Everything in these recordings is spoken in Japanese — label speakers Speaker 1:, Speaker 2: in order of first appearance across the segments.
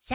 Speaker 1: シ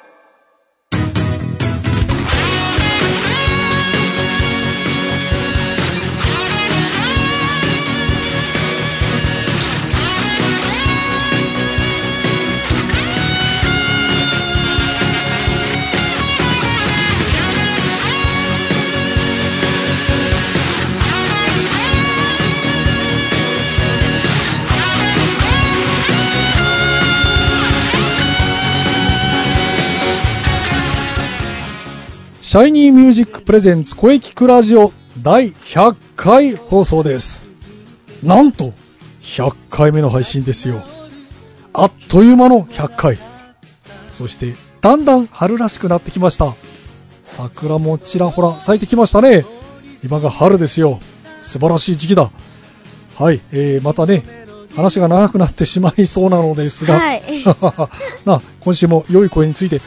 Speaker 2: シャイニーミュージックプレゼンツ声聞くラジオ第100回放送です。なんと、100回目の配信ですよ。あっという間の100回。そして、だんだん春らしくなってきました。桜もちらほら咲いてきましたね。今が春ですよ。素晴らしい時期だ。はい、えー、またね、話が長くなってしまいそうなのですが、
Speaker 1: はい
Speaker 2: なあ今週も良い声について、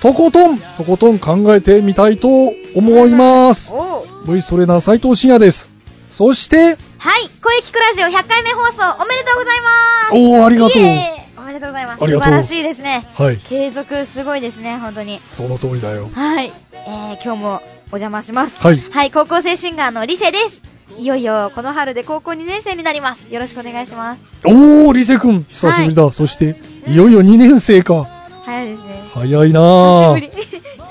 Speaker 2: とことん、とことん考えてみたいと思います。
Speaker 1: おう
Speaker 2: V ストレーナー斉藤慎也です。そして、
Speaker 1: はい、声聞くラジオ100回目放送おめでとうございます
Speaker 2: おー、ありがとう
Speaker 1: イ。エーイおめでとうございます。
Speaker 2: あり
Speaker 1: 素
Speaker 2: がとう
Speaker 1: 晴らしいですね。
Speaker 2: はい、
Speaker 1: 継続すごいですね、本当に。
Speaker 2: その通りだよ。
Speaker 1: はい。えー、今日もお邪魔します。
Speaker 2: はい
Speaker 1: 高校生シンガーのリセです。いよいよ、この春で高校2年生になります。よろしくお願いします。
Speaker 2: おー、リセ君、久しぶりだ。そして、いよいよ2年生か。
Speaker 1: 早いですね。
Speaker 2: 早いな
Speaker 1: 久しぶ
Speaker 2: ぁ。
Speaker 1: り。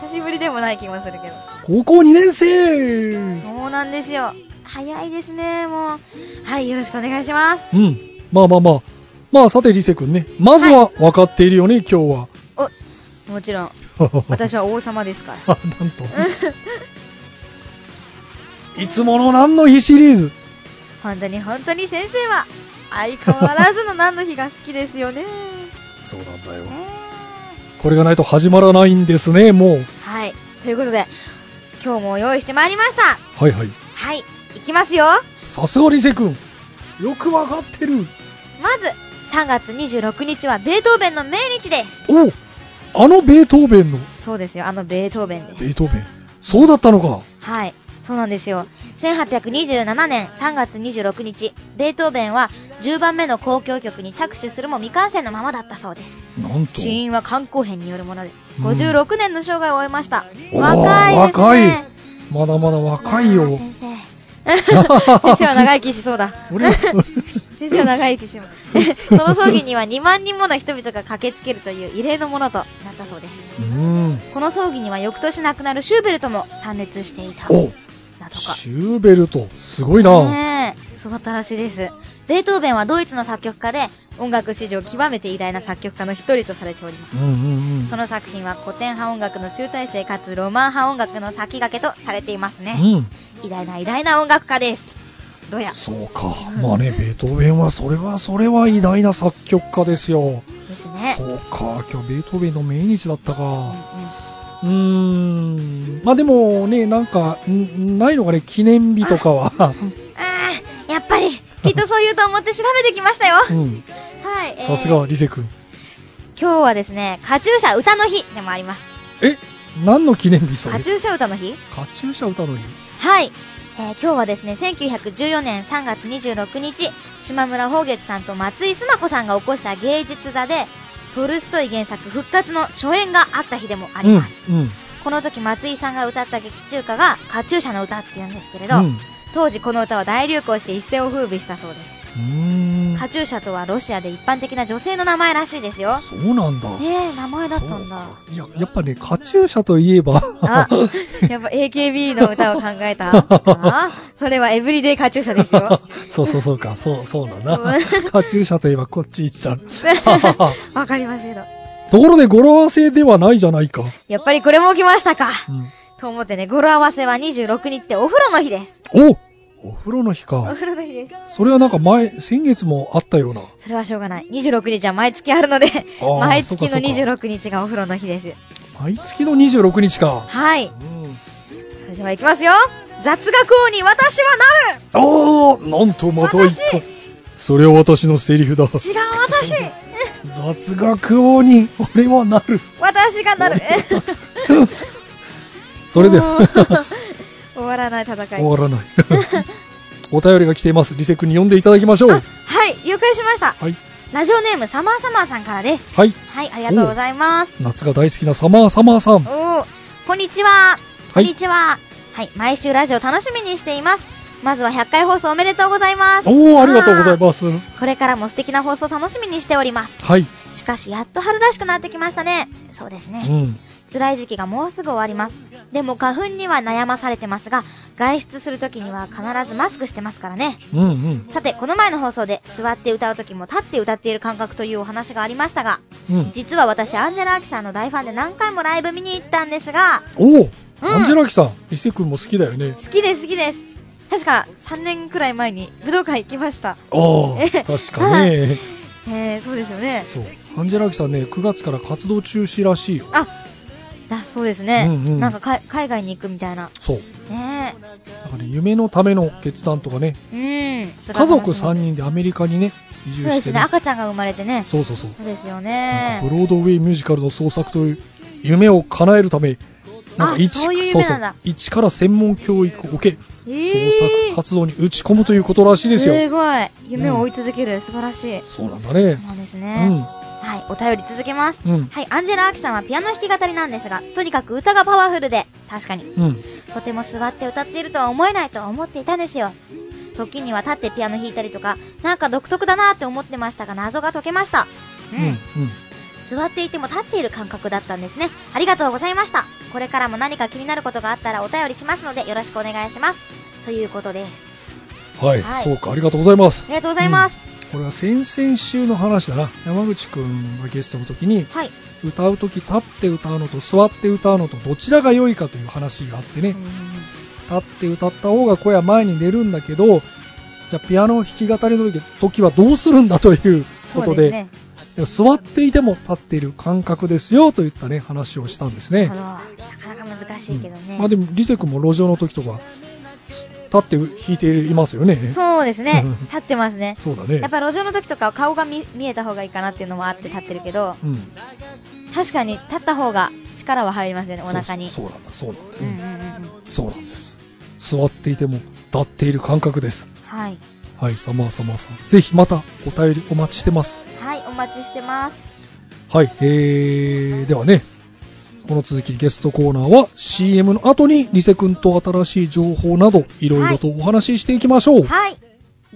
Speaker 1: 久しぶりでもない気もするけど。
Speaker 2: 高校2年生
Speaker 1: そうなんですよ。早いですね、もう。はい、よろしくお願いします。
Speaker 2: うん。まあまあまあ。まあさて、リセ君ね。まずは分かっているよね、今日は。
Speaker 1: お、もちろん、私は王様ですから。
Speaker 2: あ、なんと。いつもの何の日シリーズ。
Speaker 1: 本当に本当に先生は、相変わらずの何の日が好きですよね。
Speaker 2: そうなんだよ
Speaker 1: ね
Speaker 2: これがないと始まらないんですね、もう。
Speaker 1: はい、ということで、今日も用意してまいりました。
Speaker 2: はいはい。
Speaker 1: はい、いきますよ。
Speaker 2: さすがリセ君。よく分かってる。
Speaker 1: まず、3月26日はベートーベンの命日です。
Speaker 2: おあのベートーベンの。
Speaker 1: そうですよ、あのベートーベンです。
Speaker 2: ベートーベン。そうだったのか。
Speaker 1: はい。そうなんですよ。1827年3月26日、ベートーベンは10番目の交響曲に着手するも未完成のままだったそうです。
Speaker 2: なんと。
Speaker 1: 死因は肝硬変によるもので、
Speaker 2: うん
Speaker 1: 56年の生涯を終えました。
Speaker 2: おー
Speaker 1: 若いですね。
Speaker 2: まだまだ若い
Speaker 1: あー
Speaker 2: よ。
Speaker 1: 先 生。先生は長生きしそうだ。
Speaker 2: 俺
Speaker 1: 先生は長生きします。 その葬儀には2万人もの人々が駆けつけるという異例のものとなったそうです。
Speaker 2: うん。
Speaker 1: この葬儀には翌年亡くなるシューベルトも参列していた。
Speaker 2: お
Speaker 1: だとか。
Speaker 2: シューベルト。すごいな。
Speaker 1: ねえ、そうだったらしいです。ベートーベンはドイツの作曲家で、音楽史上極めて偉大な作曲家の一人とされております。
Speaker 2: うんうんうん。
Speaker 1: その作品は古典派音楽の集大成かつロマン派音楽の先駆けとされていますね。
Speaker 2: うん。
Speaker 1: 偉大な偉大な音楽家です。どうや。
Speaker 2: そうか。まあね、ベートーベンは、それは、それは偉大な作曲家ですよ。
Speaker 1: ですね。
Speaker 2: そうか、今日ベートーベンの命日だった
Speaker 1: うん
Speaker 2: か。うーん。まあでもね、なんか、んないのかね、記念日とかは。
Speaker 1: あー、やっぱり、きっとそう言うと思って調べてきましたよ。
Speaker 2: うん。
Speaker 1: はい。えー
Speaker 2: さすが、リセ君。
Speaker 1: 今日はですね、カチューシャ歌の日でもあります。
Speaker 2: え何の記念日それ
Speaker 1: カチューシャ歌の日
Speaker 2: カチューシャ歌の日
Speaker 1: はい。えー今日はですね、1914年3月26日、島村宝月さんと松井須磨子さんが起こした芸術座で、トルストイ原作復活の初演があった日でもあります。
Speaker 2: うん。うん。
Speaker 1: この時松井さんが歌った劇中歌が、カチューシャの歌って言うんですけれど、
Speaker 2: うん。う
Speaker 1: 当時この歌は大流行して一世を風靡したそうです。
Speaker 2: ーん。
Speaker 1: カチューシャとはロシアで一般的な女性の名前らしいですよ。
Speaker 2: そうなんだ。
Speaker 1: ねえ、名前だったんだ。
Speaker 2: いや、やっぱね、カチューシャといえば、
Speaker 1: あ、やっぱ AKB の歌を考え たのかなそれはエブリデイカチューシャですよ。
Speaker 2: そうそうそうか、そう、そうだな
Speaker 1: うん。
Speaker 2: カチューシャといえばこっち行っちゃう。
Speaker 1: わかりますけど。
Speaker 2: ところで語呂合わせではないじゃないか。
Speaker 1: やっぱりこれも来ましたか。
Speaker 2: うん、
Speaker 1: と思ってね、語呂合わせは26日でお風呂の日です。
Speaker 2: おお風呂の日
Speaker 1: お
Speaker 2: か。
Speaker 1: 風呂の日です。
Speaker 2: それはなんか前、先月もあったような。
Speaker 1: それはしょうがない。26日は毎月あるので、
Speaker 2: ー
Speaker 1: 毎月
Speaker 2: そ
Speaker 1: の
Speaker 2: うかそう
Speaker 1: 26日がお風呂の日です。
Speaker 2: 毎月の26日か。
Speaker 1: はい。
Speaker 2: うん、
Speaker 1: それでは行きますよ。雑学王に私は なる
Speaker 2: ああなんとまた言っ
Speaker 1: 私
Speaker 2: た。それは私のセリフだ。
Speaker 1: 違う私
Speaker 2: 雑学王に俺はなる。
Speaker 1: 私がなる
Speaker 2: それ で
Speaker 1: も
Speaker 2: は
Speaker 1: う終わらない戦い。
Speaker 2: 終わらない。 お便りが来ています。リセ君に読んでいただきましょう。
Speaker 1: あはい、了解しました。
Speaker 2: はい。
Speaker 1: ラジオネームサマーサマーさんからです。
Speaker 2: はい。
Speaker 1: はい、ありがとうございます。
Speaker 2: 夏が大好きなサマーサマーさ
Speaker 1: お
Speaker 2: ん。
Speaker 1: ー、こんにちは。こ
Speaker 2: は
Speaker 1: んに
Speaker 2: い。
Speaker 1: ちは。はい、毎週ラジオ楽しみにしています。まずは100回放送おめでとうございます。
Speaker 2: おー、ありがとうござい
Speaker 1: す。
Speaker 2: ます。
Speaker 1: これからも素敵な放送楽しみにしております。
Speaker 2: はい。
Speaker 1: しかし、やっと春らしくなってきましたね。そうです
Speaker 2: う
Speaker 1: ね。
Speaker 2: ん。
Speaker 1: 辛い時期がもうすぐ終わります。でも花粉には悩まされてますが、外出する時には必ずマスクしてますからね。
Speaker 2: うんうん。
Speaker 1: さて、この前の放送で座って歌う時も立って歌っている感覚というお話がありましたが、
Speaker 2: うん。
Speaker 1: 実は私、アンジェラ・アキさんの大ファンで何回もライブ見に行ったんですが、
Speaker 2: おー、
Speaker 1: うん
Speaker 2: アンジェラキさん、伊勢くんも好きだよね。
Speaker 1: 好きです、好きです。確か3年くらい前に武道館行きました。
Speaker 2: あ
Speaker 1: え
Speaker 2: あ、確かね。
Speaker 1: えー、そうですよね。
Speaker 2: そう。アンジェラキさんね、9月から活動中止らしいよ。
Speaker 1: あ、だそうですね。
Speaker 2: うんうん
Speaker 1: なんかか海外に行くみたいな。
Speaker 2: そう。
Speaker 1: ね
Speaker 2: なんかね、夢のための決断とかね、
Speaker 1: え。うん。
Speaker 2: 家族
Speaker 1: 人
Speaker 2: 3人でアメリカにね、
Speaker 1: そ
Speaker 2: 移
Speaker 1: う
Speaker 2: 住
Speaker 1: で
Speaker 2: し
Speaker 1: す
Speaker 2: て
Speaker 1: ね。
Speaker 2: ね。
Speaker 1: 赤ちゃんが生まれてね。
Speaker 2: そうそうそう。
Speaker 1: そうですよ
Speaker 2: なん
Speaker 1: ね
Speaker 2: か。ブロードウェイミュージカルの創作という夢を叶えるため、なん
Speaker 1: あ
Speaker 2: か一
Speaker 1: そういう夢なんだ
Speaker 2: 一から専門教育を受け、
Speaker 1: え
Speaker 2: 創
Speaker 1: ー
Speaker 2: 作活動に打ち込むということらしいですよ。
Speaker 1: すごい。夢を追い続ける。素晴らしい。そ
Speaker 2: そうなんだ
Speaker 1: う
Speaker 2: ね。
Speaker 1: なんです
Speaker 2: う
Speaker 1: ね。
Speaker 2: ん。
Speaker 1: はい。お便り続けます。
Speaker 2: うん。
Speaker 1: はい。アンジェラ・アキさんはピアノ弾き語りなんですが、とにかく歌がパワフルで、確かに。
Speaker 2: うん。
Speaker 1: とても座って歌っているとは思えないとは思っていたんですよ。時には立ってピアノ弾いたりとか、なんか独特だなって思ってましたが、謎が解けました。
Speaker 2: う。
Speaker 1: うんん。
Speaker 2: うん。
Speaker 1: 座っていても立っている感覚だったんですね。ありがとうございました。これからも何か気になることがあったらお便りしますので、よろしくお願いします。ということです。
Speaker 2: はい、
Speaker 1: はい
Speaker 2: そうか、ありがとうございま
Speaker 1: あ
Speaker 2: す。
Speaker 1: りがとうございます。
Speaker 2: これは先々週の話だな。山口くんがゲストの時に、
Speaker 1: はい。
Speaker 2: 歌う時立って歌うのと座って歌うのとどちらが良いかという話があってね。立って歌った方が声は前に出るんだけど、じゃあピアノ弾き語りの時はどうするんだという
Speaker 1: そ
Speaker 2: こ
Speaker 1: うです
Speaker 2: とで、
Speaker 1: ね。
Speaker 2: 座っていても立っている感覚ですよといったね、話をしたんです
Speaker 1: な
Speaker 2: ね
Speaker 1: るほ。どなかなか難しいけど
Speaker 2: う
Speaker 1: ね。
Speaker 2: んまあでも、リセ君も路上の時とか、す立って弾いていますよね。
Speaker 1: そうですね
Speaker 2: うん。
Speaker 1: 立ってますね。
Speaker 2: そうだね。
Speaker 1: やっぱ路上の時とかは顔が見見えた方がいいかなっていうのもあって立ってるけど、
Speaker 2: うん、
Speaker 1: 確かに立った方が力は入りますよね、お腹に。
Speaker 2: そうそうそうなんだ、そううん
Speaker 1: う
Speaker 2: なん
Speaker 1: ん
Speaker 2: だ、
Speaker 1: うんうん。
Speaker 2: うんそうなんです。座っていても立っている感覚です。
Speaker 1: はい。
Speaker 2: はい、サマーサマーさん。ぜひまたお便りお待ちしてます。
Speaker 1: はい、お待ちしてます。
Speaker 2: はい、えー、ではね、この続きゲストコーナーは CM の後にリセ君と新しい情報などいろいろとお話ししていきましょう。
Speaker 1: はい。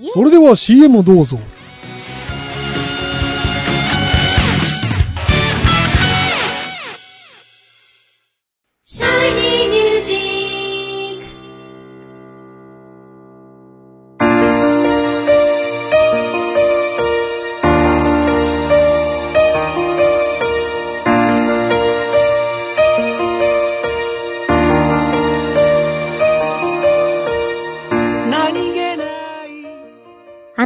Speaker 1: イエ
Speaker 2: それでは CM をどうぞ。
Speaker 3: Shiny Music! 何気ない
Speaker 1: あ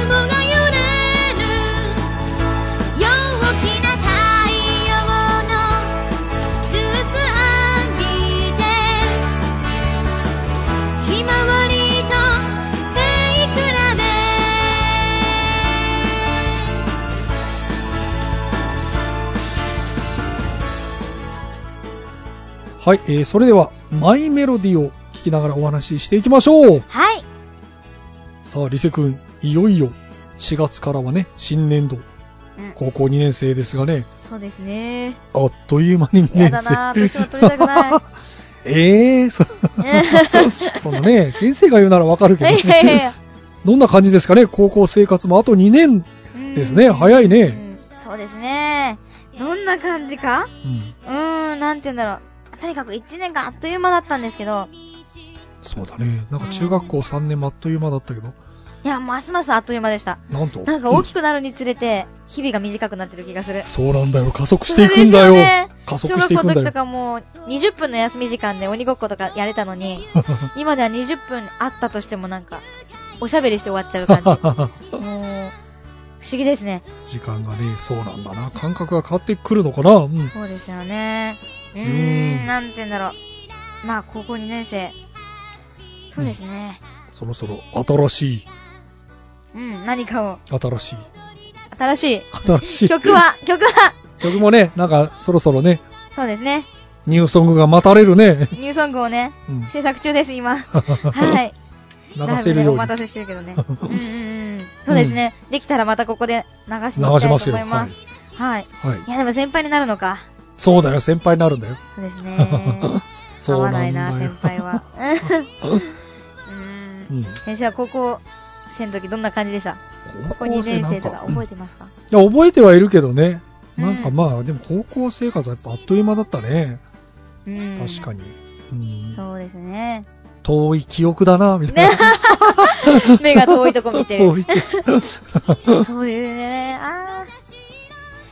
Speaker 4: 雲が揺れる。陽気な太陽のジュース浴びてひまわりと背比べ
Speaker 2: はい、えー、それでは、マイメロディを聞きながらお話ししていきましょう。
Speaker 1: はい。
Speaker 2: さあ、リセ君、いよいよ4月からはね、新年度、
Speaker 1: うん
Speaker 2: 高校2年生ですがね、
Speaker 1: そうですね。
Speaker 2: あっという間に2
Speaker 1: や
Speaker 2: 年
Speaker 1: だ
Speaker 2: 生。
Speaker 1: なぁ、年は取りたくない。
Speaker 2: ええー、そ、そ のね、先生が言うならわかるけど、
Speaker 1: いやいやい
Speaker 2: ね
Speaker 1: や、
Speaker 2: どんな感じですかね、高校生活もあと2年
Speaker 1: うん
Speaker 2: ですね、早いね。
Speaker 1: うんそうですね。どんな感じか
Speaker 2: うん、
Speaker 1: うーん、なんて言うんだろう。とにかく1年間あっという間だったんですけど、
Speaker 2: そうだね。なんか中学校3年もあっという間だったけど、
Speaker 1: いや、ますますあっという間でした。
Speaker 2: なんと。
Speaker 1: なんか大きくなるにつれて、日々が短くなってる気がする。
Speaker 2: そうなんだよ、加速していくんだ
Speaker 1: そう
Speaker 2: よ
Speaker 1: ですね。
Speaker 2: 加
Speaker 1: 小
Speaker 2: 速し
Speaker 1: 学
Speaker 2: てい
Speaker 1: 校
Speaker 2: くん
Speaker 1: の
Speaker 2: だ
Speaker 1: 時とか
Speaker 2: よ。
Speaker 1: も、20分の休み時間で鬼ごっことかやれたのに、今では20分あったとしてもなんか、おしゃべりして終わっちゃう 感じ。もう、不思議ですね。
Speaker 2: 時間がね、そうなんだな。感覚が変わってくるのかな。うん。
Speaker 1: そうですよね。うー
Speaker 2: うーん
Speaker 1: ん、なんて言うんだろう。まあ、高校2年生。そうですね。
Speaker 2: そろそろ新しい、
Speaker 1: うん、何かを。
Speaker 2: 新しい、
Speaker 1: 新し
Speaker 2: 新し
Speaker 1: い。
Speaker 2: い。
Speaker 1: 曲は、曲は、
Speaker 2: 曲もね、なんかそろそろね、
Speaker 1: そうですね。
Speaker 2: ニューソングが待たれるね。
Speaker 1: ニューソングをね、
Speaker 2: うん。
Speaker 1: 制作中です、 今。はい。
Speaker 2: 流せ
Speaker 1: だ
Speaker 2: るよう
Speaker 1: いぶねお
Speaker 2: に。
Speaker 1: 待たせしてるけどね。うんうんうん。そうですね。できたらまたここで流していきたいと
Speaker 2: 流します
Speaker 1: 思
Speaker 2: よ。はいい。
Speaker 1: ます。はい。
Speaker 2: はい
Speaker 1: い。や、でも先輩になるのか。
Speaker 2: そうだよ、先輩になるんだよ。
Speaker 1: そうですね。合
Speaker 2: そう
Speaker 1: わ
Speaker 2: なんだ
Speaker 1: な
Speaker 2: よ。
Speaker 1: いな、先輩は。う。
Speaker 2: うんん。
Speaker 1: 先生は高校生の時どんな感じでした高
Speaker 2: 高
Speaker 1: 校2
Speaker 2: 校生
Speaker 1: 年
Speaker 2: な
Speaker 1: 生
Speaker 2: ん
Speaker 1: と
Speaker 2: か
Speaker 1: か覚えてますか
Speaker 2: いや、覚えてはいるけどね。なんか
Speaker 1: うん
Speaker 2: まあ、でも高校生活はやっぱあっという間だったね。
Speaker 1: うん。
Speaker 2: 確か
Speaker 1: に。
Speaker 2: に。うん。
Speaker 1: そうですね。
Speaker 2: 遠い記憶だな、みたいな。
Speaker 1: 目が遠いとこ見て
Speaker 2: 遠
Speaker 1: る。
Speaker 2: い記憶
Speaker 1: そうですね。あ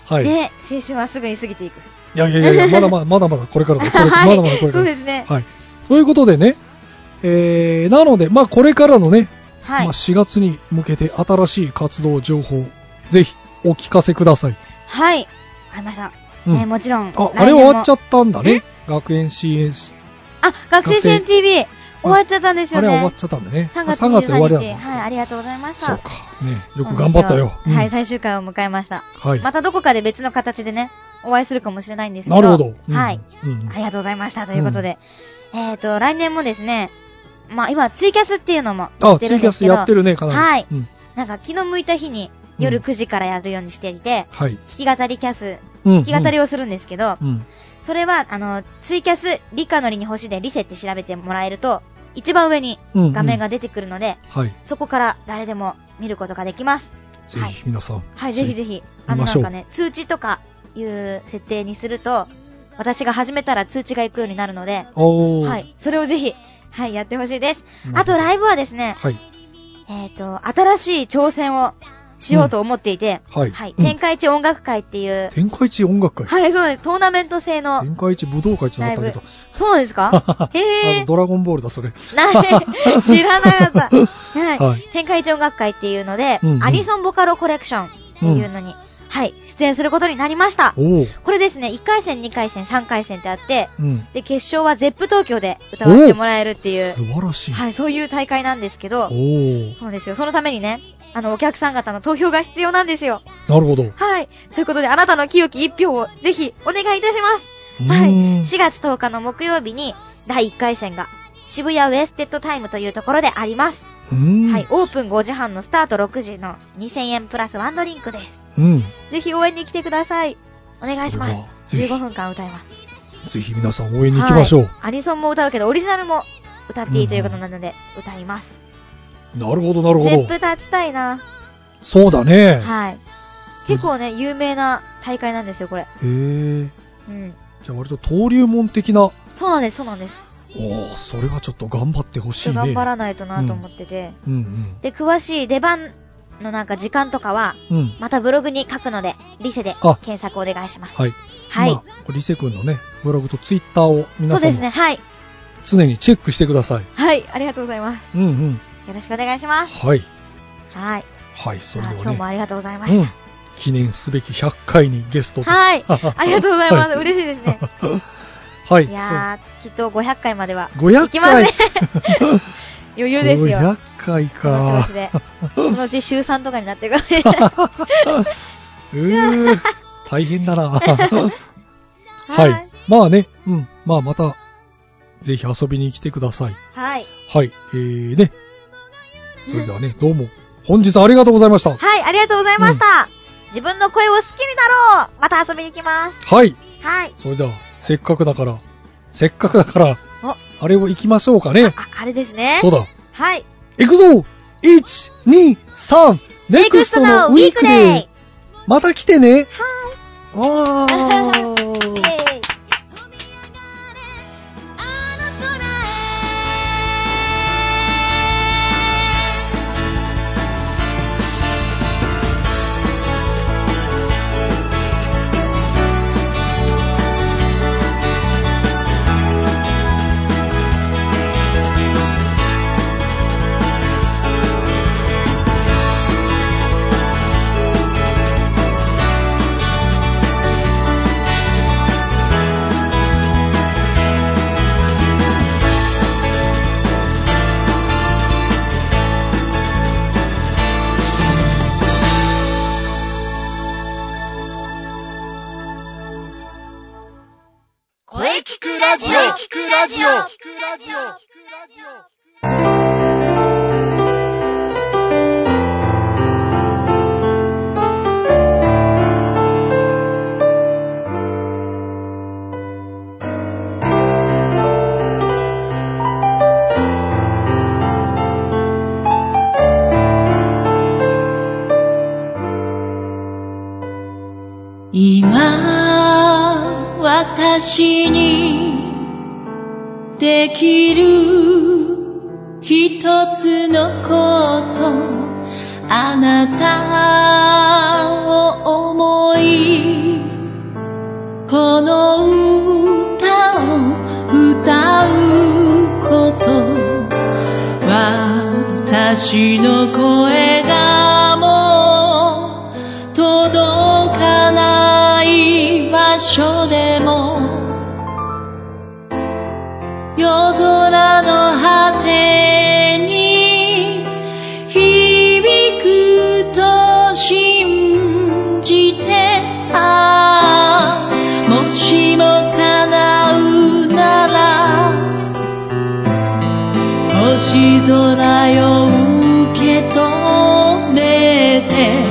Speaker 2: は
Speaker 1: ー。
Speaker 2: い。い
Speaker 1: ね、青春はすぐに過ぎていく。
Speaker 2: やいやいやいや、まだまだ、まだまだこれからだ。こ れ
Speaker 1: はい
Speaker 2: まだまだこれか
Speaker 1: そう
Speaker 2: ら
Speaker 1: で。すね。
Speaker 2: はい。ということでね、えー、なので、まあこれからのね、
Speaker 1: はい
Speaker 2: まあ。4月に向けて新しい活動情報、ぜひお聞かせください。
Speaker 1: はい。わかりました。
Speaker 2: うん
Speaker 1: えーもちろん。
Speaker 2: あ
Speaker 1: 来、
Speaker 2: あ
Speaker 1: 年
Speaker 2: れ
Speaker 1: も
Speaker 2: 終わっちゃったんだね。学園 CS。
Speaker 1: あ、学生支援 TV 終わっちゃったんですよ
Speaker 2: あれ
Speaker 1: ね。
Speaker 2: は終わっちゃったんだね。
Speaker 1: 3月
Speaker 2: あ3終わり
Speaker 1: 23
Speaker 2: だ
Speaker 1: 日。
Speaker 2: った
Speaker 1: はい、ありがとうございました。
Speaker 2: そうか。ね、よく頑張っ
Speaker 1: そうな
Speaker 2: たよ。
Speaker 1: んですはい、
Speaker 2: うん
Speaker 1: 最終回を迎えました。
Speaker 2: はい。
Speaker 1: またどこかで別の形でね、お会いするかもしれないんですけど。
Speaker 2: なるほど。うん
Speaker 1: はい。。
Speaker 2: うん
Speaker 1: ありがとうございました。ということで。えっ、ー、と、来年もですね、まあ今、ツイキャスっていうのもや
Speaker 2: あ、
Speaker 1: っ
Speaker 2: ツ
Speaker 1: てる
Speaker 2: イ
Speaker 1: ん
Speaker 2: キャ
Speaker 1: です
Speaker 2: ス
Speaker 1: けど。
Speaker 2: やってるね、かなり。
Speaker 1: はい
Speaker 2: うん
Speaker 1: なんか気の向いた日に夜9時からやるようにしていて、
Speaker 2: はい。
Speaker 1: 弾き語りキャス、
Speaker 2: 弾
Speaker 1: 弾き語りをするんですけど、
Speaker 2: うん。
Speaker 1: それは、あの、ツイキャス、リカノリに星でリセって調べてもらえると、一番上に
Speaker 2: うんうん
Speaker 1: 画面が出てくるので、
Speaker 2: はい。
Speaker 1: そこから誰でも見ることができます。
Speaker 2: ぜひ皆さん。
Speaker 1: はい、ぜひぜひ。あ
Speaker 2: 見
Speaker 1: の、
Speaker 2: ま
Speaker 1: な
Speaker 2: しょ
Speaker 1: ん
Speaker 2: う
Speaker 1: かね、通知とかいう設定にすると、私が始めたら通知が行くようになるので、
Speaker 2: おー。
Speaker 1: はい、それをぜひ、はい、やってほしいです。
Speaker 2: な
Speaker 1: あ
Speaker 2: るほ
Speaker 1: と、
Speaker 2: ど
Speaker 1: ライブはですね、
Speaker 2: はい。
Speaker 1: えっ、と、新しい挑戦をしようと思っていて、
Speaker 2: うんはいうん
Speaker 1: 天下一音楽会っていう、
Speaker 2: 天下一音楽会。
Speaker 1: はい、そうです。トーナメント制の、
Speaker 2: 天下一武道会ってなったけど。
Speaker 1: そうなんです かへ
Speaker 2: あ
Speaker 1: ー。
Speaker 2: ドラゴンボールだ、それ。
Speaker 1: ない、 知らなかった。はい。
Speaker 2: はい
Speaker 1: 天下一音楽会っていうので、
Speaker 2: うんうん
Speaker 1: アニソンボカロコレクションっていうのに、はい、出演することになりました。
Speaker 2: おー。
Speaker 1: これですね、1回戦、2回戦、3回戦ってあって、
Speaker 2: うん。
Speaker 1: で、決勝はゼップ東京で歌わせてもらえるっていう
Speaker 2: 素、晴らしい。
Speaker 1: はい、そういう大会なんですけど
Speaker 2: お、ー。
Speaker 1: そうですよ。そのためにね、あの、お客さん方の投票が必要なんですよ。
Speaker 2: なるほど。
Speaker 1: はい。ということで、あなたの清き一票をぜひお願いいたします。は
Speaker 2: う
Speaker 1: い、
Speaker 2: ん
Speaker 1: 4月10日の木曜日に第1回戦が渋谷ウエステッドタイムというところであります。
Speaker 2: うん。
Speaker 1: はい、オープン5時半のスタート6時の2000円プラスワンドリンクです。
Speaker 2: うん。
Speaker 1: ぜひ応援に来てください。お願いします。
Speaker 2: それはぜひ
Speaker 1: 15分間歌います。
Speaker 2: ぜひ皆さん応援に行きましょう。
Speaker 1: はいアニソンも歌うけど、オリジナルも歌っていいということなので、歌います。
Speaker 2: なるほど、なるほ
Speaker 1: ゼッ
Speaker 2: ど
Speaker 1: プ。立ちたいな。
Speaker 2: そうだね。
Speaker 1: はい。結構ね、有名な大会なんですよ、これ。
Speaker 2: へ
Speaker 1: う
Speaker 2: え。
Speaker 1: ん。
Speaker 2: じゃあ割と登竜門的な。
Speaker 1: そうなんです、そうなんです。
Speaker 2: おお、それはちょっと頑張ってほし
Speaker 1: ち
Speaker 2: い
Speaker 1: ょっ
Speaker 2: ね。
Speaker 1: と頑張らないとなと思ってて。
Speaker 2: うん
Speaker 1: で、詳しい出番のなんか時間とかは、
Speaker 2: うん。うん。
Speaker 1: またブログに書くので、リセで
Speaker 2: あ
Speaker 1: 検索お願いします。
Speaker 2: はい。
Speaker 1: はい
Speaker 2: ま。あ、リセ君のね、ブログとツイッターを
Speaker 1: そ
Speaker 2: 皆
Speaker 1: う
Speaker 2: さ
Speaker 1: で
Speaker 2: ん
Speaker 1: すね、
Speaker 2: も
Speaker 1: はい。
Speaker 2: 常にチェックしてください。
Speaker 1: はい、ありがとうございます。
Speaker 2: うんうん。
Speaker 1: よろしくお願いします。
Speaker 2: はい。
Speaker 1: はい。
Speaker 2: はい、それ
Speaker 1: あ
Speaker 2: で
Speaker 1: 今
Speaker 2: は
Speaker 1: 日も
Speaker 2: ね。
Speaker 1: ありがとうございまし
Speaker 2: うん
Speaker 1: た。。
Speaker 2: 記念すべき100回にゲストと。
Speaker 1: はい。ありがとうございます。
Speaker 2: は
Speaker 1: 嬉しいですね。
Speaker 2: はい。
Speaker 1: いやー、きっと500回までは。
Speaker 2: そう500
Speaker 1: 行きませ
Speaker 2: 回
Speaker 1: ん。余裕ですよ
Speaker 2: 500。回
Speaker 1: この調
Speaker 2: か
Speaker 1: 子。で。そのうち週3とかになってる からね。
Speaker 2: うー、大 変だな。は
Speaker 1: はい
Speaker 2: い。まあね、うん。まあまた、ぜひ遊びに来てください。
Speaker 1: はい。
Speaker 2: はい。えーね。それではね、どうも、本日はありがとうございました。
Speaker 1: はい、ありがとうございました。自分の声を好きになろうまた遊びに行きます。
Speaker 2: はい。
Speaker 1: はい。
Speaker 2: それでは、せっかくだから、せっかくだから
Speaker 1: お、
Speaker 2: あれを行きましょうかね。
Speaker 1: あ、あれですね
Speaker 2: そ。うだ。
Speaker 1: はい。
Speaker 2: 行くぞ !1、2、3、ネクストのウィークデイまた来てね
Speaker 1: イ
Speaker 2: わ
Speaker 1: ェ
Speaker 2: ー
Speaker 1: ーイ
Speaker 4: 「飛び上がれあの空へ」
Speaker 3: 声聞くラジオ声聞くラジオ
Speaker 5: 今私にできる一つのことあなたを思いこの歌を歌うこと私の声がもう届かない場所でも夜空の果てに響くと信じてああもしも叶うなら星空を受け止めて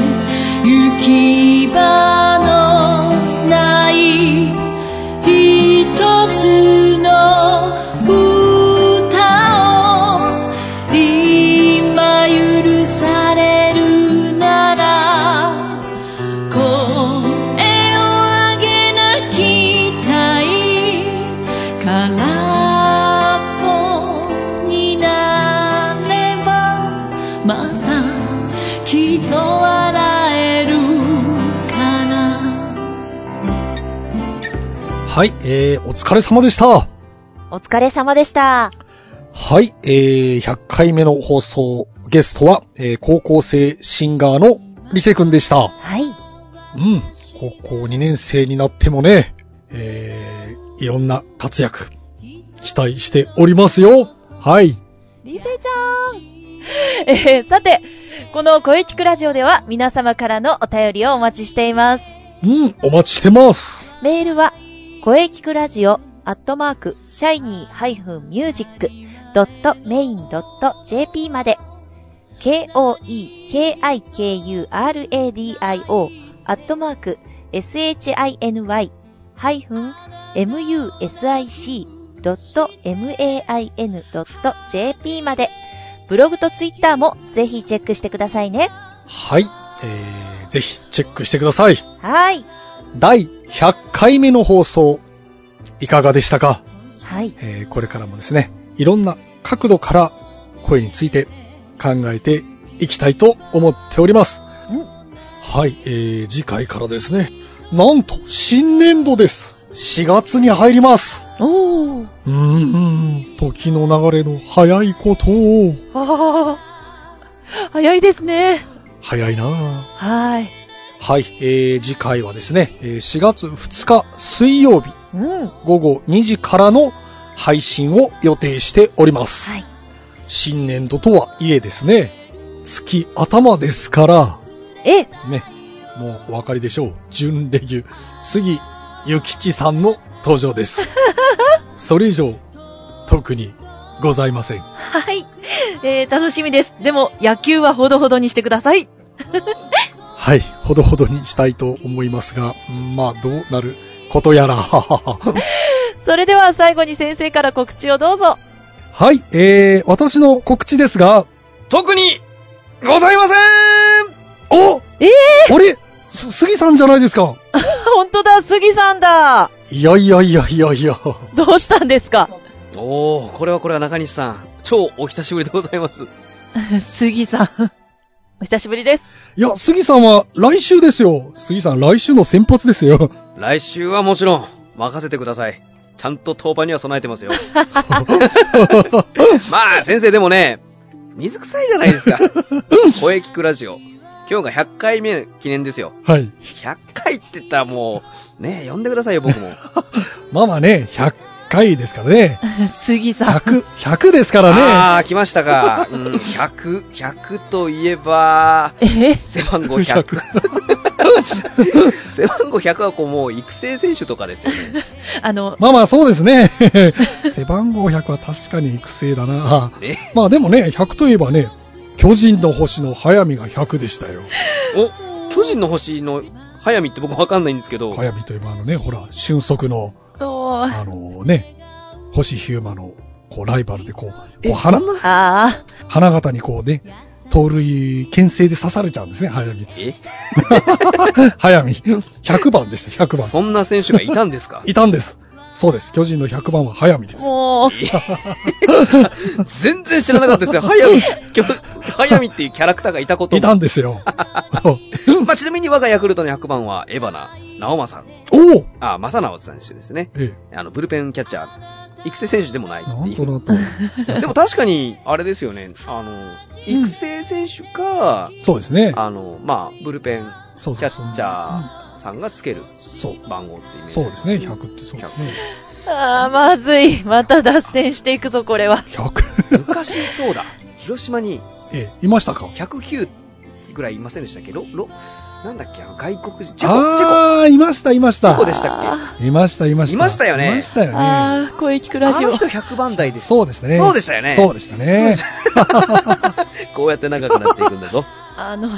Speaker 5: 行き場のない一つの歌を今許されるなら声を上げなきたい空っぽになればまたきっと笑えるから
Speaker 2: はい、えー、お疲れ様でした。
Speaker 6: お疲れ様でした。
Speaker 2: はい、えー、100回目の放送、ゲストは、えー高校生シンガーのリセくんでした。
Speaker 6: はい。
Speaker 2: うん、高校2年生になってもね、えー、いろんな活躍、期待しておりますよ。はい。
Speaker 6: リセちゃん。 えー、さて、この声聞くラジオでは皆様からのお便りをお待ちしています。
Speaker 2: うん、お待ちしてます。
Speaker 6: メールは、声聞くラジオ、アットマーク、シャイニー -music.main.jp まで、k-o-e-k-i-k-u-r-a-d-i-o、アットマーク、shiny-music.main.jp まで、ブログとツイッターもぜひチェックしてくださいね。
Speaker 2: はい。えー、ぜひチェックしてください。
Speaker 6: はい。
Speaker 2: 第100回目の放送、いかがでしたか、
Speaker 6: はい。
Speaker 2: えーこれからもですね、いろんな角度から声について考えていきたいと思っております。はい、えー、次回からですね、なんと新年度です。4月に入ります。
Speaker 6: おー。
Speaker 2: うーん、時の流れの早いことを。
Speaker 6: あー。早いですね。
Speaker 2: 早いなぁ。
Speaker 6: はい。
Speaker 2: はい、えー、次回はですね、えー4月2日水曜日
Speaker 6: うん。
Speaker 2: 午後2時からの配信を予定しております。
Speaker 6: はい
Speaker 2: 新年度とはいえですね、月頭ですから、
Speaker 6: え、
Speaker 2: ね、もうお分かりでしょう。準レギュ、杉ゆきちさんの登場 です。それ以上、特にございません。
Speaker 6: はい。えー、楽しみです。でも、野球はほどほどにしてください。
Speaker 2: はい、ほどほどにしたいと思いますが、うんまあ、どうなること やら。
Speaker 6: それでは最後に先生から告知をどうぞ。
Speaker 2: はい、えー、私の告知ですが、特に、ございませんお
Speaker 6: ええ
Speaker 2: あれす、杉さんじゃないですか
Speaker 6: 本当だ、杉さんだ。
Speaker 2: いやいやいやいやいや。
Speaker 6: どうしたんですか
Speaker 7: おー、これはこれは中西さん。超お久しぶりでございます。
Speaker 6: 杉さん。お久しぶりです。
Speaker 2: いや、杉さんは来週ですよ。杉さん来週の先発ですよ。
Speaker 7: 来週はもちろん、任せてください。ちゃんと当番には備えてま すよ。まあ、先生でもね、水臭いじゃないですか。声聞くラジオ。今日が100回目記念ですよ。
Speaker 2: はい。
Speaker 7: 100回って言ったらもう、ねえ、呼んでくださいよ、僕も。
Speaker 2: まあまあね、100回ですからね。
Speaker 6: 杉さ ん。
Speaker 2: 100、100ですからね。
Speaker 7: ああ、来ましたか。うん、100、100といえば、
Speaker 6: え
Speaker 7: 背番号100。背番号100はこう、もう育成選手とかですよね。
Speaker 6: あの、
Speaker 2: まあまあそうですね。 背番号100は確かに育成だな。
Speaker 7: ね
Speaker 2: まあでもね、100といえばね、巨人の星の早見が100でしたよ。
Speaker 7: お、巨人の星の早見って僕わかんないんですけど、
Speaker 2: 早見といえばあのね、ほら、俊足の、
Speaker 6: おー
Speaker 2: あのね、星飛雄馬の、こう、ライバルでこう、こう
Speaker 7: え
Speaker 2: 花
Speaker 7: そん、な
Speaker 6: あ
Speaker 2: 花形にこうね、盗塁、牽制で刺されちゃうんですね、早見。
Speaker 7: え
Speaker 2: 早見。100番でした、100番。
Speaker 7: そんな選手がいたんですか
Speaker 2: いたんです。そうです。巨人の100番は早見で
Speaker 6: あ、
Speaker 2: す。
Speaker 6: もう、
Speaker 7: 全然知らなかったですよ。早 見、きょ早見っていうキャラクターがいたこと
Speaker 2: いた
Speaker 7: も。
Speaker 2: んです よ。
Speaker 7: まあ、ちなみに我がヤクルトの100番は、エバナ、直正さん。
Speaker 2: おお
Speaker 7: あ、正直さんですよですね。
Speaker 2: え
Speaker 7: あの、ブルペンキャッチャー、育成選手でもない
Speaker 2: え、
Speaker 7: って
Speaker 2: なん
Speaker 7: い
Speaker 2: と
Speaker 7: う。
Speaker 2: なんと。
Speaker 7: でも確かに、あれですよね、あの、育成選手か、
Speaker 2: そうですね。
Speaker 7: あの、まあ、ブルペン
Speaker 2: そう
Speaker 7: キ
Speaker 2: そ
Speaker 7: ャ
Speaker 2: うそう
Speaker 7: ッチャーさんがつける
Speaker 2: そう。
Speaker 7: 番号ってイメージ
Speaker 2: そうですね、100ってそうですね。
Speaker 6: あーまずい。また脱線していくぞ、これは。
Speaker 2: 100。
Speaker 7: 昔、そうだ、広島に
Speaker 2: ええ、いましたか
Speaker 7: 109ぐらいいませんでしたっけロロなんだっけあの外国人、チェコ、チェコ、
Speaker 2: ああ、いました、いまし
Speaker 7: チ
Speaker 2: た。
Speaker 7: ェコでしたっけ
Speaker 2: いました、いました。
Speaker 7: いましたよね
Speaker 2: いましたよね。
Speaker 6: ああ、声聞くラ
Speaker 7: あ
Speaker 6: ジオ
Speaker 7: の。人100番台でした。
Speaker 2: そうでしたね。
Speaker 7: そうでしたよね
Speaker 2: そうでしたね。
Speaker 7: こうやって長くなっていくんだ ぞ。
Speaker 6: あの、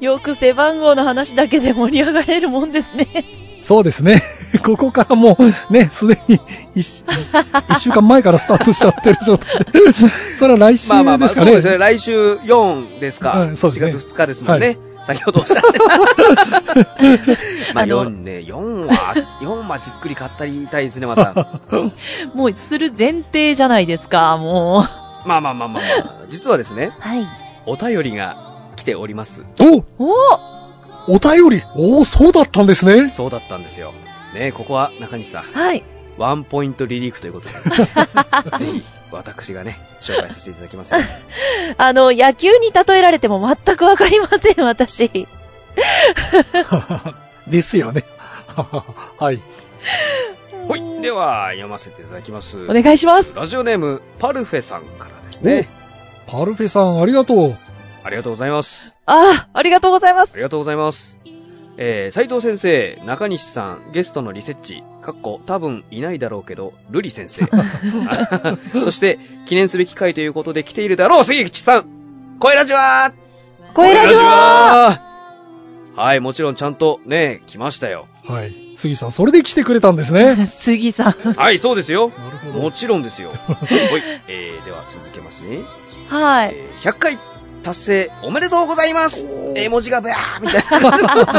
Speaker 6: よく背番号の話だけで盛り上がれるもんですね。
Speaker 2: そうですね。 ここからもう、ね、すでに一週一週間前からスタートしちゃってる状態 で。それは来週
Speaker 7: まあまあま
Speaker 2: で
Speaker 7: あ、
Speaker 2: す
Speaker 7: そ
Speaker 2: か
Speaker 7: う
Speaker 2: ね
Speaker 7: です。ね。来週4ですか。
Speaker 2: うんそうですね
Speaker 7: 4月2日ですもんね。先ほどおっしゃって た。まあ
Speaker 6: あの
Speaker 7: 4ね、4は、4はじっくり語りたいですね、また。
Speaker 6: もうする前提じゃないですか、もう。
Speaker 7: まあまあまあまあまあ。実はですね、
Speaker 6: はい。
Speaker 7: お便りが来ております。
Speaker 6: お
Speaker 2: お、お便り。おお、そうだったんですね。
Speaker 7: そうだったんですよ。ねここは中西さん、
Speaker 6: はい。
Speaker 7: ワンポイントリリーフという ことで、ぜひ、私がね、紹介させていただき ますよ。
Speaker 6: あの、野球に例えられても全くわかりません、私。
Speaker 2: ですよね。 はい。
Speaker 7: ほい。では、読ませていただきます。
Speaker 6: お願いします。
Speaker 7: ラジオネーム、パルフェさんからですね。
Speaker 2: パルフェさん、ありがとう。
Speaker 7: ありがとうございます。
Speaker 6: ああ、ありがとうございま
Speaker 7: あ
Speaker 6: す。
Speaker 7: りがとうございます。えー、斉藤先生、中西さん、ゲストのリセッチ、かっこ、多分いないだろうけど、ルリ先 生。 そして、記念すべき回ということで来ているだろう、杉口さん声ラジは
Speaker 6: 声ラジオ
Speaker 7: はい、もちろんちゃんとね、来ましたよ。
Speaker 2: はい。杉さん、それで来てくれたんですね。
Speaker 6: 杉さん。
Speaker 7: はい、そうですよ。
Speaker 2: なるほ
Speaker 7: も
Speaker 2: ど。
Speaker 7: ちろんですよ。はい、えー、では続けますね。
Speaker 6: はい。
Speaker 7: えー100回達成おめでとうございます絵文字がブヤーみ た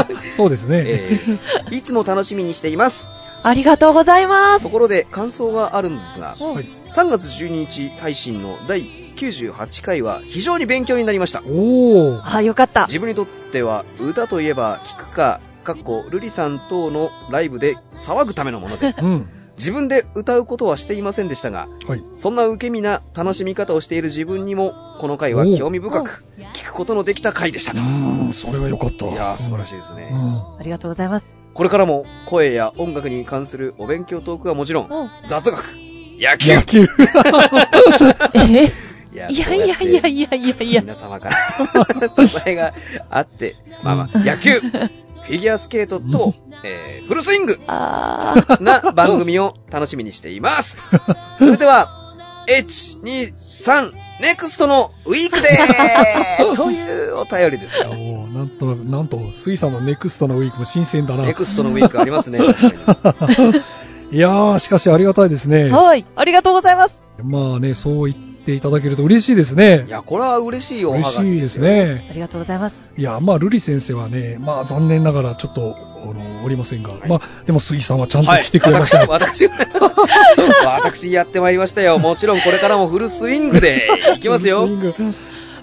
Speaker 7: いな、
Speaker 2: そうですね。
Speaker 7: えーいつも楽しみにしています。
Speaker 6: ありがとうございます
Speaker 7: と。ころで感想があるんですが、
Speaker 2: はい。
Speaker 7: 3月12日配信の第98回は非常に勉強になりました。
Speaker 2: おー。、
Speaker 6: あ、よかった。
Speaker 7: 自分にとっては歌といえば聴くか、かっこルリさん等のライブで騒ぐためのもので
Speaker 2: うん。
Speaker 7: 自分で歌うことはしていませんでしたが、
Speaker 2: はい。
Speaker 7: そんな受け身な楽しみ方をしている自分にも、この回は興味深く聞くことのできた回でしたと。
Speaker 2: うん、それはよかった。
Speaker 7: いやー素晴らしい
Speaker 2: い。
Speaker 7: です
Speaker 2: う
Speaker 7: ね。
Speaker 2: ん。
Speaker 6: ありがとうございます。
Speaker 7: これからも声や音楽に関するお勉強トークはもちろん、
Speaker 6: うん。
Speaker 7: 雑学、野球。
Speaker 2: 野球。
Speaker 6: え
Speaker 7: いや
Speaker 6: いやいやいやいやいやいや。
Speaker 7: 皆様から 支えがあって、まあまあ、野球、フィギュアスケートと、えー、フルスイング
Speaker 6: あー。
Speaker 7: な番組を楽しみにしています。それでは、H、2、3、ネクストのウィークで ーというお便りですよ。
Speaker 2: おーなんとなく、なんと、杉さんのネクストのウィークも新鮮だな。
Speaker 7: ネクストのウィークあり ますね。確かに
Speaker 2: いやー、しかしありがたいです ね。
Speaker 6: はい。ありがとうございます。
Speaker 2: まあね、そう言っていただけると嬉しいですね
Speaker 7: い。や、これは嬉しいおはが
Speaker 2: 嬉
Speaker 7: き。
Speaker 2: しいです。ね。
Speaker 6: ありがとうございます。
Speaker 2: いや、まあ、瑠璃先生はね、まあ、残念ながらちょっと、あの、おりませんが、まあ、でも杉さんはちゃんと
Speaker 7: はい、
Speaker 2: 来てくれましたね。
Speaker 7: 私、 私、私やってまいりましたよ。もちろんこれからもフルスイングでいきますよ
Speaker 2: フ。ルスイング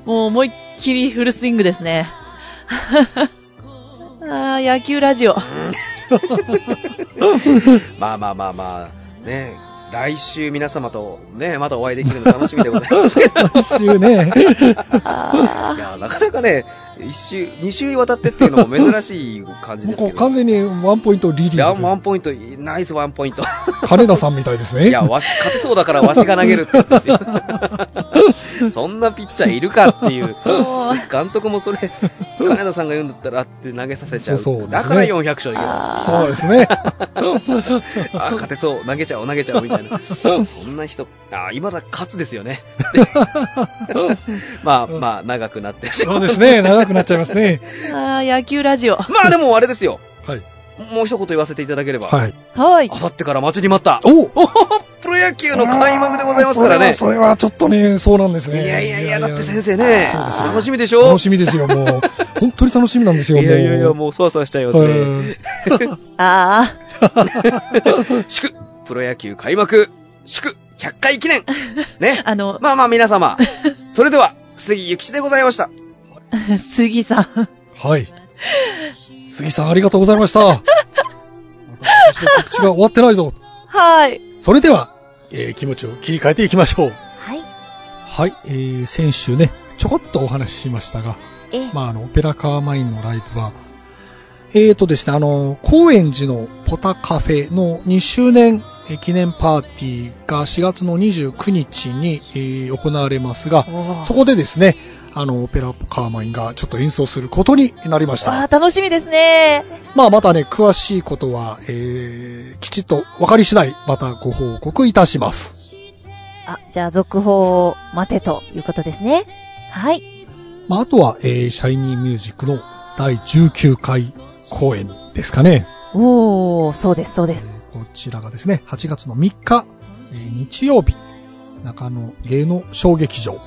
Speaker 6: もう思いっきりフルスイングですね。 あー、野球ラジオ。
Speaker 7: まあまあまあまあ、ね、来週皆様とね、またお会いできるの楽しみでございますけど。
Speaker 2: 一周ね。
Speaker 7: い
Speaker 6: あ
Speaker 7: や、なかなかね、一週、二週にわたってっていうのも珍しい感じ
Speaker 2: もう
Speaker 7: です
Speaker 2: こ
Speaker 7: け
Speaker 2: う完
Speaker 7: ど。
Speaker 2: 全にワンポイントリーデ
Speaker 7: ラ
Speaker 2: ィ
Speaker 7: ンワ
Speaker 2: ン
Speaker 7: ンポイント、ナイスワンポイント。
Speaker 2: グ。金田さんみたいですね。
Speaker 7: いや、わし、勝てそうだからわしが投げるってや つですよ。そんなピッチャーいるかっていう。監督もそれ、金田さんが言うんだったらって投げさせちゃう。
Speaker 2: そうそうですね
Speaker 7: だから400勝いけた。
Speaker 6: あ
Speaker 2: そうですね。
Speaker 7: あ、勝てそう、投げちゃおう、投げちゃおう、みたいな。そんな人、あ、今だ勝つです よね。まあまあ、長くなってしま。
Speaker 2: そううですね。長くなっちゃいますね。
Speaker 6: ーあー、野球ラジオ。
Speaker 7: まあでもあれですよ。
Speaker 2: はい。
Speaker 7: もう一言言わせていただければ。
Speaker 2: はい。
Speaker 6: はい
Speaker 7: あ。さってから待ちに待った。
Speaker 2: お
Speaker 7: おほほプロ野球の開幕でございますからね。
Speaker 2: それはそれはちょっとね、そうなんです
Speaker 7: い
Speaker 2: ね。
Speaker 7: やいやいや、だって先生ね、
Speaker 2: そうですよ
Speaker 7: 楽しみでしょ
Speaker 2: 楽しみですよ、もう。本当に楽しみなんですよ、も。
Speaker 7: いうやいやいや、もうそわそわしちゃいますね。
Speaker 2: うん
Speaker 6: あ
Speaker 7: 祝、プロ野球開幕、祝、100回記念。ね
Speaker 6: ー。。あの、
Speaker 7: まあまあ皆様、それでは、杉ゆきちでございました。
Speaker 6: 杉さん。
Speaker 2: はい。杉さん、ありがとうございま した。また私の告知が終わってないぞ。
Speaker 6: はい。
Speaker 2: それでは、えー気持ちを切り替えていきましょう。
Speaker 1: はい。
Speaker 2: はい、えー先週ね、ちょこっとお話ししましたが、
Speaker 1: え、
Speaker 2: まあ、あの、オペラカーマインのライブは、えーとですね、あの、高円寺のポタカフェの2周年えー記念パーティーが4月の29日に、えー行われますが、そこでですね、あの、オペラカーマインがちょっと演奏することになりました。
Speaker 6: あー、楽しみですね。
Speaker 2: まあ、またね、詳しいことは、えー、きちっと分かり次第、またご報告いたします。
Speaker 6: あ、じゃあ続報を待てということですね。はい。
Speaker 2: まあ、あとは、えー、シャイニーミュージックの第19回公演ですかね。
Speaker 6: おー、そうです、そうです。
Speaker 2: えーこちらがですね、8月の3日、えー日曜日、中野芸能小劇場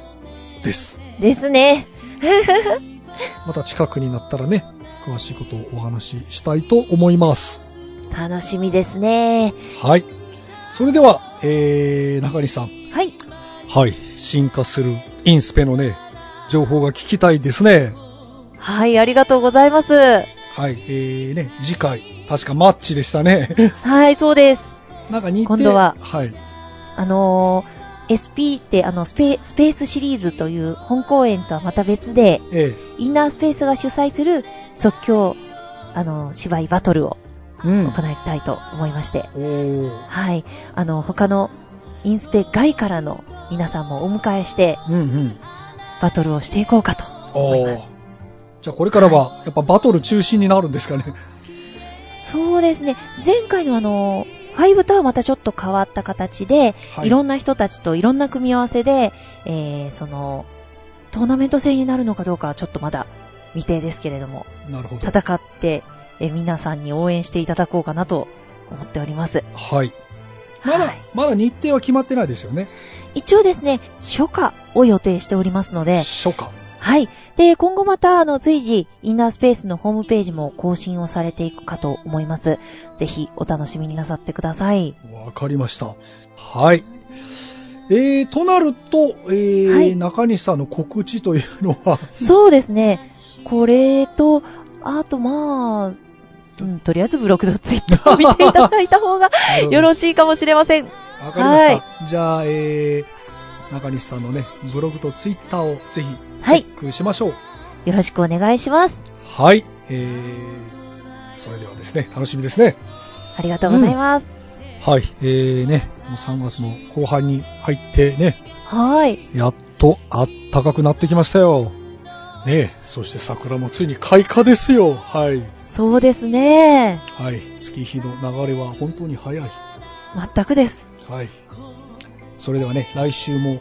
Speaker 2: です。
Speaker 6: ですね。
Speaker 2: また近くになったらね、詳しいことをお話ししたいと思います。
Speaker 6: 楽しみですね。
Speaker 2: はい。それでは、えー、中西さん。
Speaker 6: はい。
Speaker 2: はい、進化するインスペのね、情報が聞きたいですね。
Speaker 6: はい、ありがとうございます。は
Speaker 2: はい、えーね、次回、確かマッチでしたね。
Speaker 6: い、そうです。
Speaker 2: なんか似て
Speaker 6: 今度は
Speaker 2: はい。
Speaker 6: あのー、SP ってあのスペ、スペースシリーズという本公演とはまた別で、
Speaker 2: ええ
Speaker 6: インナースペースが主催する即興、あのー、芝居バトルを
Speaker 2: うん。
Speaker 6: 行いたいと思いまして。
Speaker 2: おー。
Speaker 6: はい。あの、他のインスペ外からの皆さんもお迎えして、
Speaker 2: うんうん。
Speaker 6: バトルをしていこうかと思い
Speaker 2: お
Speaker 6: ま
Speaker 2: ー
Speaker 6: す。。
Speaker 2: じゃあこれからは、やっぱバトル中心になるんですか ね。
Speaker 6: そうですね。前回のあの、5とはまたちょっと変わった形で、、
Speaker 2: はい
Speaker 6: ろんな人たちといろんな組み合わせで、えー、その、トーナメント制になるのかどうかはちょっとまだ未定ですけれども、
Speaker 2: なるほど。
Speaker 6: 戦って、えー皆さんに応援していただこうかなと思っております。
Speaker 2: はい。まだ、
Speaker 6: はい
Speaker 2: まだ日程は決まってないですよね。
Speaker 6: 一応ですね、初夏を予定しておりますので、
Speaker 2: 初夏。
Speaker 6: はい。で、今後また、あの、随時、インナースペースのホームページも更新をされていくかと思います。ぜひ、お楽しみになさってください。
Speaker 2: わかりました。はい。えー、となると、えー
Speaker 6: はい
Speaker 2: 中西さんの告知というのは、
Speaker 6: そうですね。これと、あと、まあ、うん、とりあえずブログとツイッターを見ていただいた方が よろしいかもしれません。
Speaker 2: わかりました。じゃあ、えー、中西さんのね、ブログとツイッターをぜひ、
Speaker 6: はい
Speaker 2: チェックしましょう。
Speaker 6: よろしくお願いします。
Speaker 2: はい。えー、それではですね、楽しみですね。
Speaker 6: ありがとうございます。
Speaker 2: はい。えーね、もう3月も後半に入ってね、
Speaker 6: はい。
Speaker 2: やっとあったかくなってきましたよ。ねえ、そして桜もついに開花ですよ。はい。
Speaker 6: そうですね。
Speaker 2: はい。月日の流れは本当に早い。
Speaker 6: 全くです。
Speaker 2: はい。それではね、来週も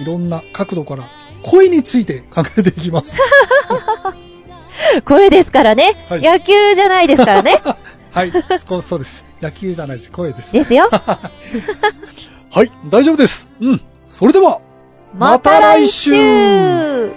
Speaker 2: いろんな角度から恋について考えていきます。
Speaker 6: 声ですからね。
Speaker 2: はい
Speaker 6: 野球じゃないですからね。
Speaker 2: はい。そうそうです。野球じゃないです。恋です。
Speaker 6: です よ。
Speaker 2: はい。大丈夫です。うん。それでは、
Speaker 6: また来週